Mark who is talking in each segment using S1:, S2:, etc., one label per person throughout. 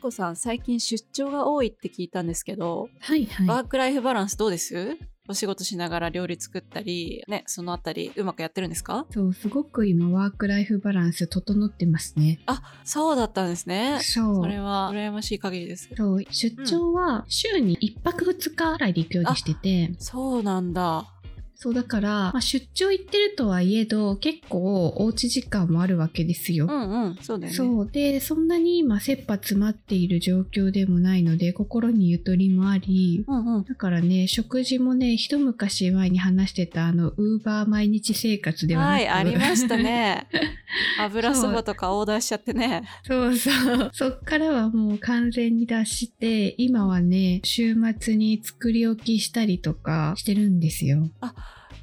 S1: こさん最近出張が多いって聞いたんですけど、
S2: はい
S1: ワ
S2: は
S1: ークライフバランスどうですお仕事しながら料理作ったりねそのあたりうまくやってるんですか
S2: い。そう、すごく今ワークライフバランス整ってますね。
S1: あそうだったんですね
S2: そ。
S1: そうれは羨ましい限りです
S2: そう出張は週に1泊2日ぐらいで行くようにしてて、
S1: そうなんだ
S2: そうだから、まあ、出張行ってるとはいえど、結構おうち時間もあるわけですよ。
S1: うんうんそうだよね
S2: そうでそんなに今切羽詰まっている状況でもないので心にゆとりもあり
S1: うんうん
S2: だからね食事もね一昔前に話してたあのウーバー毎日生活ではなく
S1: はいありました ね油そ
S2: そ
S1: ば
S2: う
S1: とかオーダーしちゃってね
S2: そうそうそっからはもう完全に脱して今はね週末に作り置きしたりとかしてるんですよ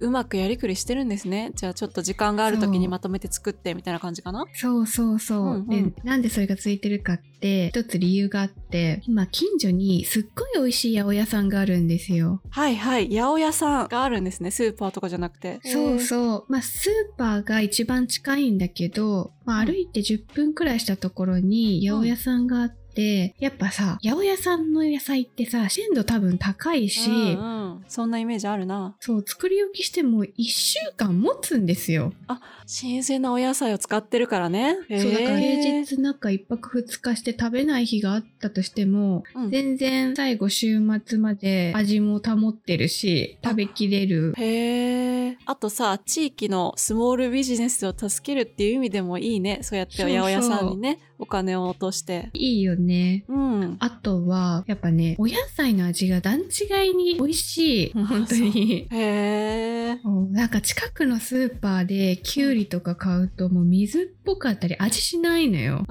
S1: うまくやりくりしてるんですねじゃあちょっと時間がある時に
S2: そう
S1: まとめて作ってみたいな感じかな
S2: そうそうそう、
S1: うんうん
S2: でなんでそれがついてるかって一つ理由があって今近所にすっごい美味しい八百屋さんがあるんですよ
S1: はいはい八百屋さんがあるんですねスーパーとかじゃなくて
S2: そうそう。まあ、スーパーが一番近いんだけど、
S1: う
S2: まあ、
S1: ん
S2: 歩いて10分くらいしたところに八百屋さんがあって、やっぱさ、八百屋さんの野菜ってさ、鮮度多分高いし、
S1: うんうんそんなイメージあるな
S2: そう、作り置きしても1週間持つんですよ。
S1: 新鮮なお野菜を使ってるからね
S2: そう、だから
S1: へー
S2: 平日なんか1泊2日して食べない日があったとしても、
S1: うん
S2: 全然最後週末まで味も保ってるし、食べきれる。
S1: へえあとさ地域のスモールビジネスを助けるっていう意味でもいいねそうやって
S2: そ
S1: 八
S2: うそう
S1: 百屋さんにねお金を落として
S2: いいよね。
S1: うん
S2: あとは、やっぱね、お野菜の味が段違いに美味しい。
S1: うん
S2: 本当に。
S1: へえ
S2: そうなんか近くのスーパーでキュウリとか買うともう水っぽかったり味しないのよ。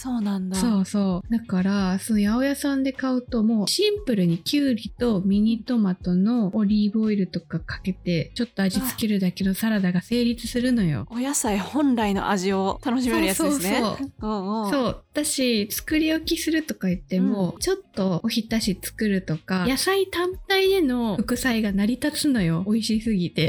S1: そうなんだ
S2: そうそう。だから、その八百屋さんで買うともうシンプルにキュウリとミニトマトのオリーブオイルとかかけて、ちょっと味付けるだけのサラダが成立するのよ。
S1: お野菜本来の味を楽しめるやつですね
S2: そうそうそう。
S1: うんうん
S2: そう。だし、作り置きするとか言っても、ちょっとおひたし作るとか、野菜単体での副菜が成り立つのよ。美味しすぎ
S1: へ
S2: て。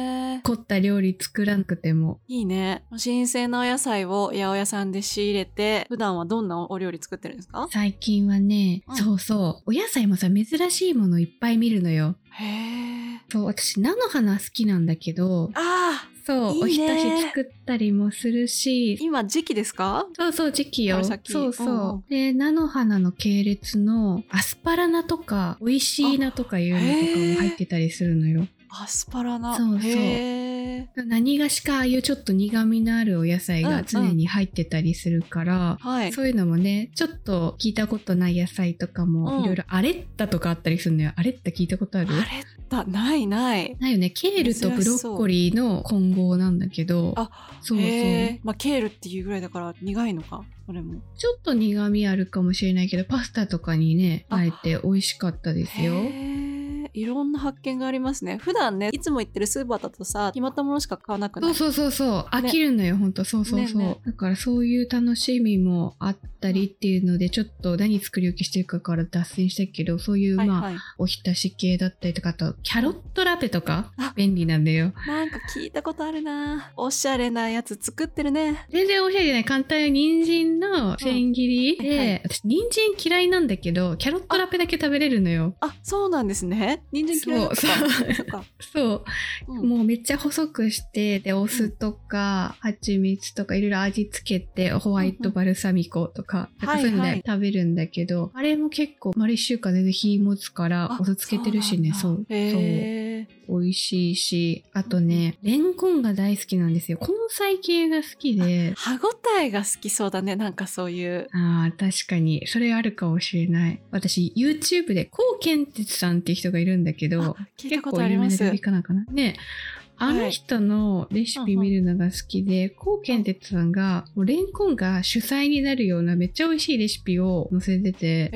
S1: え
S2: 凝った料理作らなくても。
S1: いいね新鮮なお野菜を八百屋さんで仕入れて普段はどんなお料理作ってるんですか
S2: 最近はね、
S1: うん
S2: そうそう。お野菜もさ、珍しいものいっぱい見るのよ。
S1: へえ
S2: そう、私、菜の花好きなんだけど、
S1: あー
S2: そう、
S1: いいね
S2: おひたし作ったりもするし、
S1: 今時期ですか
S2: そうそう、時期よ。
S1: 春先
S2: そうそう。
S1: うんうん
S2: で、菜の花の系列のアスパラ菜とか、美味しい菜とかいうのとかも入ってたりするのよ。
S1: アスパラな
S2: そうそう
S1: へえ
S2: 何がしかああいうちょっと苦味のあるお野菜
S1: うんう
S2: が
S1: ん
S2: 常に入ってたりするから、
S1: はい
S2: そういうのもね、ちょっと聞いたことない野菜とか
S1: うん
S2: も、いろいろアレッタとかあったりするのよ。アレッタ聞いたことある
S1: あれだないない
S2: ないよね。ケールとブロッコリーの混合なんだけど、
S1: あ
S2: そうそう。
S1: へーまあケールっていうぐらいだから苦いのかこれも
S2: ちょっと苦味あるかもしれないけど、パスタとかにね、
S1: あ
S2: あえて美味しかったですよ。
S1: へーいろんな発見がありますね普段ねいつも行ってるスーパーだとさ決まったものしか買わなくな
S2: そ
S1: いう
S2: そうそうそう、飽きるのよほんとそうそうそう、
S1: ねね
S2: だからそういう楽しみもあったりっていうのでちょっと何作り置きしてるかから脱線したけどそういう、
S1: はい
S2: まあ
S1: はい
S2: おひたし系だったりとかあとキャロットラペとか
S1: あ
S2: 便利なんだよ
S1: なんか聞いたことあるなおしゃれなやつ作ってるね
S2: 全然おしゃれじゃない簡単よ人参の千切りで、
S1: はいはい
S2: 私人参嫌いなんだけどキャロットラペだけ食べれるのよ
S1: あそうなんですね人参嫌いだったか
S2: そうそう
S1: そっか
S2: そう
S1: うん
S2: もうめっちゃ細くしてでお酢とか蜂蜜とかいろいろ味付けてホワイトバルサミコとか
S1: うん
S2: なんかそういうの
S1: はいは
S2: で
S1: い
S2: 食べるんだけど、あれも結構丸1週間全然日持つから
S1: あ
S2: お酢つけてるしねそ
S1: そううなんだへー
S2: そう美味しいしあとねレンコンが大好きなんですよ根菜系が好きで
S1: 歯ごたえが好きそうだねなんかそういう
S2: あー確かにそれあるかもしれない私 YouTube でコウケンテツさんっていう人がいるんだけど
S1: あ聞いたことありま
S2: 結構
S1: す
S2: 有名な料理家なのかな。ねあの人のレシピ見るのが好きで、コウケンテツさんが、もうレンコンが主菜になるようなめっちゃ美味しいレシピを載せてて、
S1: へ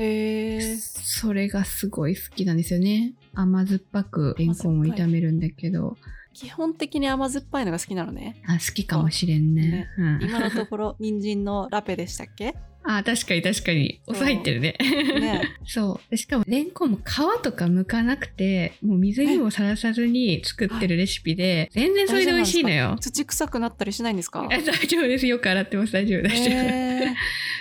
S1: え
S2: それがすごい好きなんですよね。甘酸っぱくレンコンを炒めるんだけど、
S1: 基本的に甘酸っぱいのが好きなのね
S2: あ好きかもしれんね。うん
S1: 今のところ人参のラペでしたっけ
S2: あー確かに確かに
S1: そう
S2: お酢入ってるね
S1: ね
S2: そうでしかもレンコンも皮とか剥かなくてもう水にもさらさずに作ってるレシピで全然それで美味しいのよ
S1: 土臭くなったりしないんですか
S2: あ大丈夫ですよく洗ってます大丈夫 大丈夫、
S1: え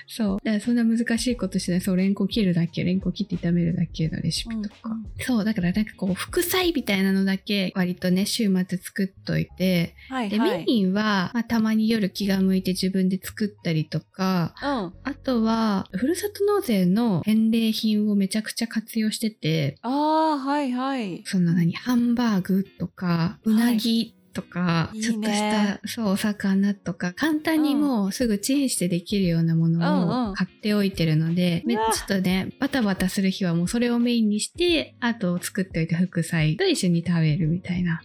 S2: そうだからそんな難しいことしないそうレンコン切るだけレンコン切って炒めるだけのレシピとか、
S1: うん
S2: そうだからなんかこう副菜みたいなのだけ割とね週末作っといて
S1: ーはい
S2: で、
S1: は
S2: メ
S1: い
S2: インは、まあ、たまに夜気が向いて自分で作ったりとか、
S1: うん
S2: あとは、ふるさと納税の返礼品をめちゃくちゃ活用してて、
S1: ああはいはい
S2: その何、ハンバーグとか、うなぎとか、
S1: いいね
S2: ちょっとした、そう、お魚とか、簡単にもうすぐチンしてできるようなも
S1: うん
S2: の
S1: うん
S2: を買っておいてるので、
S1: う
S2: めちょ
S1: わ
S2: っとね、バタバタする日はもうそれをメインにして、あと作っておいた副菜と一緒に食べるみたいな。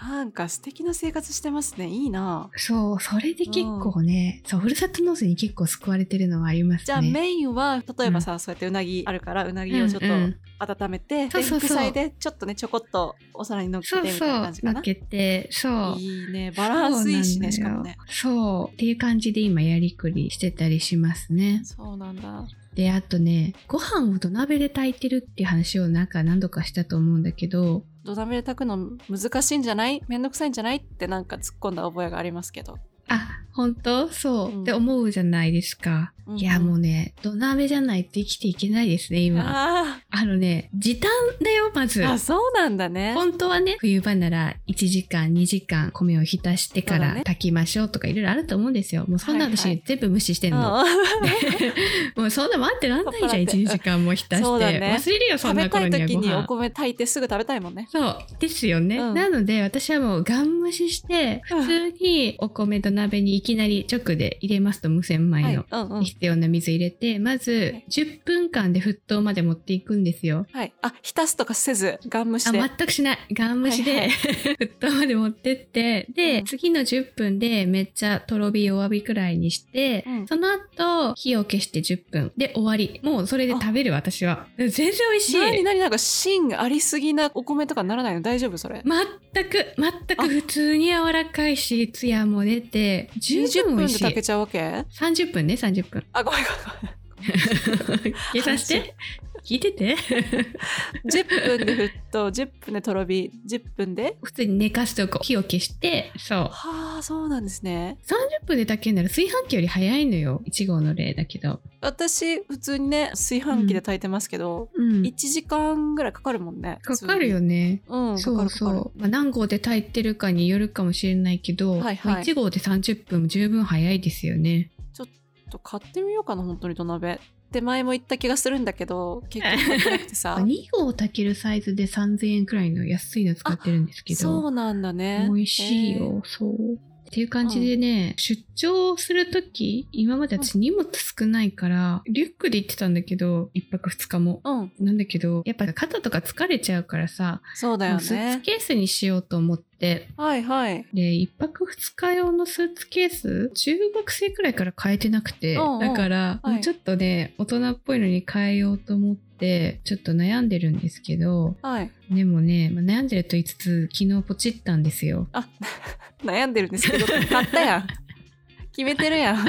S1: なんか素敵な生活してますねいいな
S2: そう、それで結構ね、そう、ふるさと納税に結構救われてるのはありますね。
S1: じゃあ、メインは例えばさ、そうやってうなぎあるからうなぎをちょっと
S2: うんうん
S1: 温めて、
S2: そうそうそう
S1: で副菜でちょっとねちょこっとお皿に乗っけて
S2: そ
S1: みたい
S2: うそ
S1: な
S2: う
S1: 感じ、か
S2: の
S1: な
S2: っけて、そう。
S1: いいねバランスいいしねし
S2: そう
S1: か
S2: なん
S1: も
S2: だよ
S1: ね
S2: そう。っていう感じで今やりくりしてたりしますね。
S1: そうなんだ
S2: で、あとね、ご飯を土鍋で炊いてるっていう話をなんか何度かしたと思うんだけど、
S1: 土鍋で炊くの難しいんじゃないめんどくさいんじゃないってなんか突っ込んだ覚えがありますけど、
S2: あ、本当そう、
S1: うん
S2: って思うじゃないですか。
S1: うん
S2: いや、もうね、土鍋じゃないと生きていけないですね、今。あ
S1: あ
S2: のね、時短だよ、まず
S1: ー。あそうなんだね
S2: 本当はね冬場なら1時間2時間米を浸して
S1: そ
S2: か
S1: うだ
S2: ら
S1: ね
S2: 炊きましょうとかいろいろあると思うんですよもうそんな
S1: はいはい
S2: 私全部無視してんの、もうそんな待ってらんないじゃん
S1: 取っ払って
S2: 1時間も浸して
S1: そうだね
S2: 忘れるよそ
S1: 食
S2: ん
S1: べ
S2: な
S1: た
S2: 頃
S1: い
S2: には
S1: 時
S2: ご
S1: にお
S2: 飯
S1: 米炊いてすぐ食べたいもんね
S2: そうですよね、
S1: うん
S2: なので私はもうガン無視して普通にお米と鍋にいきなり直で入れますと無洗米の、
S1: はいうんうん
S2: 必要な水入れてまず
S1: はい
S2: 10分間で沸騰まで持っていくんですよ
S1: はいあ浸すとかせずガン無視で
S2: あ全くしないガン無視で、
S1: はいは
S2: 沸騰まで持ってってで、
S1: うん
S2: 次の10分でめっちゃとろ火弱火くらいにして、
S1: うん
S2: その後火を消して10分で終わりもうそれで食べる私は全然美味しい
S1: 何何なんか芯ありすぎなお米とかならないの大丈夫それ
S2: 全く全く普通に柔らかいしツヤも出て十
S1: 20分
S2: 分美
S1: で
S2: 味し
S1: 炊け
S2: い
S1: ちゃうわけ
S2: 30分ね30分
S1: あごめん
S2: 計算して聞いてて
S1: ごめん10分で沸騰10分でとろ火10分で
S2: 普通に寝かしておこう火を消してそう
S1: はあそうなんですね
S2: 30分で炊けるなら炊飯器より早いのよ1号の例だけど
S1: 私普通にね炊飯器で炊いてますけど、
S2: うん
S1: 1時間ぐらいかかるもんね
S2: かかるよね。
S1: うんか
S2: そ
S1: か
S2: う
S1: るか
S2: そ
S1: か
S2: う
S1: る
S2: まあ、何号で炊いてるかによるかもしれないけど、
S1: はいはい
S2: まあ1号で30分も十分早いですよね。
S1: ちょっと買ってみようかな本当に土鍋って前も言った気がするんだけど結局買ってなくて さ
S2: 2号炊けるサイズで3000円くらいの安いの使ってるんですけ
S1: そ
S2: ど
S1: うなんだね
S2: 美味しい
S1: へー
S2: よ、そう。っていう感じでね、出張するとき今まで私荷物少ないから、リュックで行ってたんだけど1泊2日も。
S1: うん
S2: なんだけどやっぱ肩とか疲れちゃうからさ、
S1: そうだ
S2: も
S1: よ
S2: うスー
S1: ね
S2: ツケースにしようと思って
S1: はいはい
S2: で一泊二日用のスーツケース中学生くらいから変えてなくて
S1: うんうん
S2: だから、
S1: はい
S2: もうちょっとね大人っぽいのに変えようと思ってちょっと悩んでるんですけど
S1: はい
S2: でもね、まあ悩んでると言いつつ昨日ポチったんですよ
S1: あ 悩んでるんですけど買ったやん 決めてるやん
S2: そ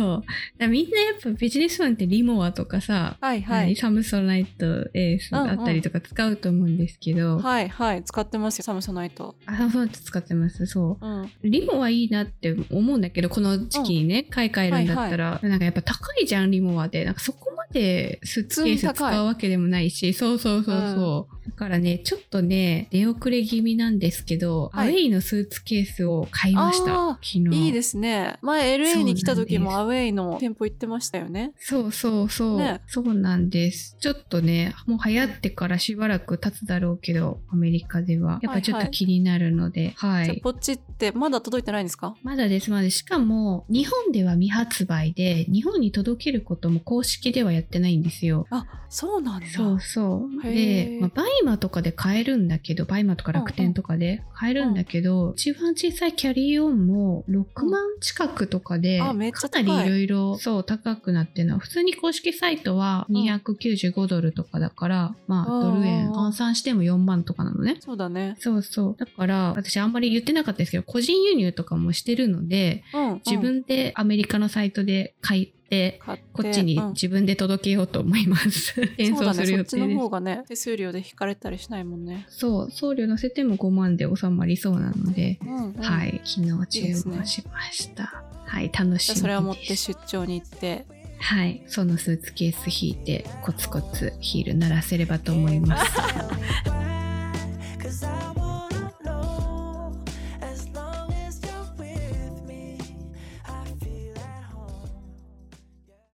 S2: うだからみんなやっぱビジネスマンってリモアとかさ、
S1: はいは
S2: 何
S1: い
S2: サムソナイトエースだったりとか使うと思うんですけど、
S1: はいはい使ってますよサムソナイト
S2: あサムソナイト使ってますそう
S1: うん
S2: リモはいいなって思うんだけど、この時期にね、買い替えるんだったら、なんかやっぱ高いじゃん、リモはで。なんかそこまでスーツケース
S1: 普通に高い
S2: 使うわけでもないし、そうそうそうそう。だからね、ちょっとね、出遅れ気味なんですけど、
S1: はい
S2: アウェイのスーツケースを買いました
S1: あー、
S2: 昨日。
S1: いいですね前
S2: そう
S1: LA
S2: なん
S1: に
S2: です
S1: 来た時もアウェイの店舗行ってましたよね
S2: そうそうそう、
S1: ね
S2: そうなんです。ちょっとね、もう流行ってからしばらく経つだろうけど、アメリカでは。やっぱちょっと気になるので、はい、
S1: じゃあポチってまだ届いてないんですか
S2: まだですまでしかも日本では未発売で日本に届けることも公式ではやってないんですよ。
S1: あそうなんだ
S2: そうそう
S1: へ
S2: で
S1: ー、
S2: まあ、バイマとかで買えるんだけどバイマとか楽天とかで買えるんだけど、一番小さいキャリーオンも6万近くとかで、
S1: あめっちゃ
S2: か
S1: 高
S2: ないりいろいろそう高くなってるの普通に公式サイトは295ドルとかだから、まあドル円
S1: あー
S2: 換算しても4万とかなのね。
S1: そうだね
S2: そうそうだから私あんまり言ってなかったですけど個人輸入とかもしてるので
S1: うんうん
S2: 自分でアメリカのサイトで買いって
S1: 買って
S2: こっちに
S1: うん
S2: 自分で届けようと思 います、演
S1: そう
S2: 奏
S1: だ
S2: す
S1: ね
S2: る
S1: そ
S2: 予
S1: っちの
S2: 定です
S1: 方がね手数料で引かれたりしないもんね、
S2: そう送料乗せても5万で収まりそうなので、
S1: うんうん
S2: はい昨日
S1: いいです
S2: 注
S1: ね
S2: 文しましたはい楽し
S1: じゃ
S2: み
S1: あ
S2: です
S1: それを持って出張に行って
S2: はいそのスーツケース引いてコツコツヒール鳴らせればと思います
S3: 「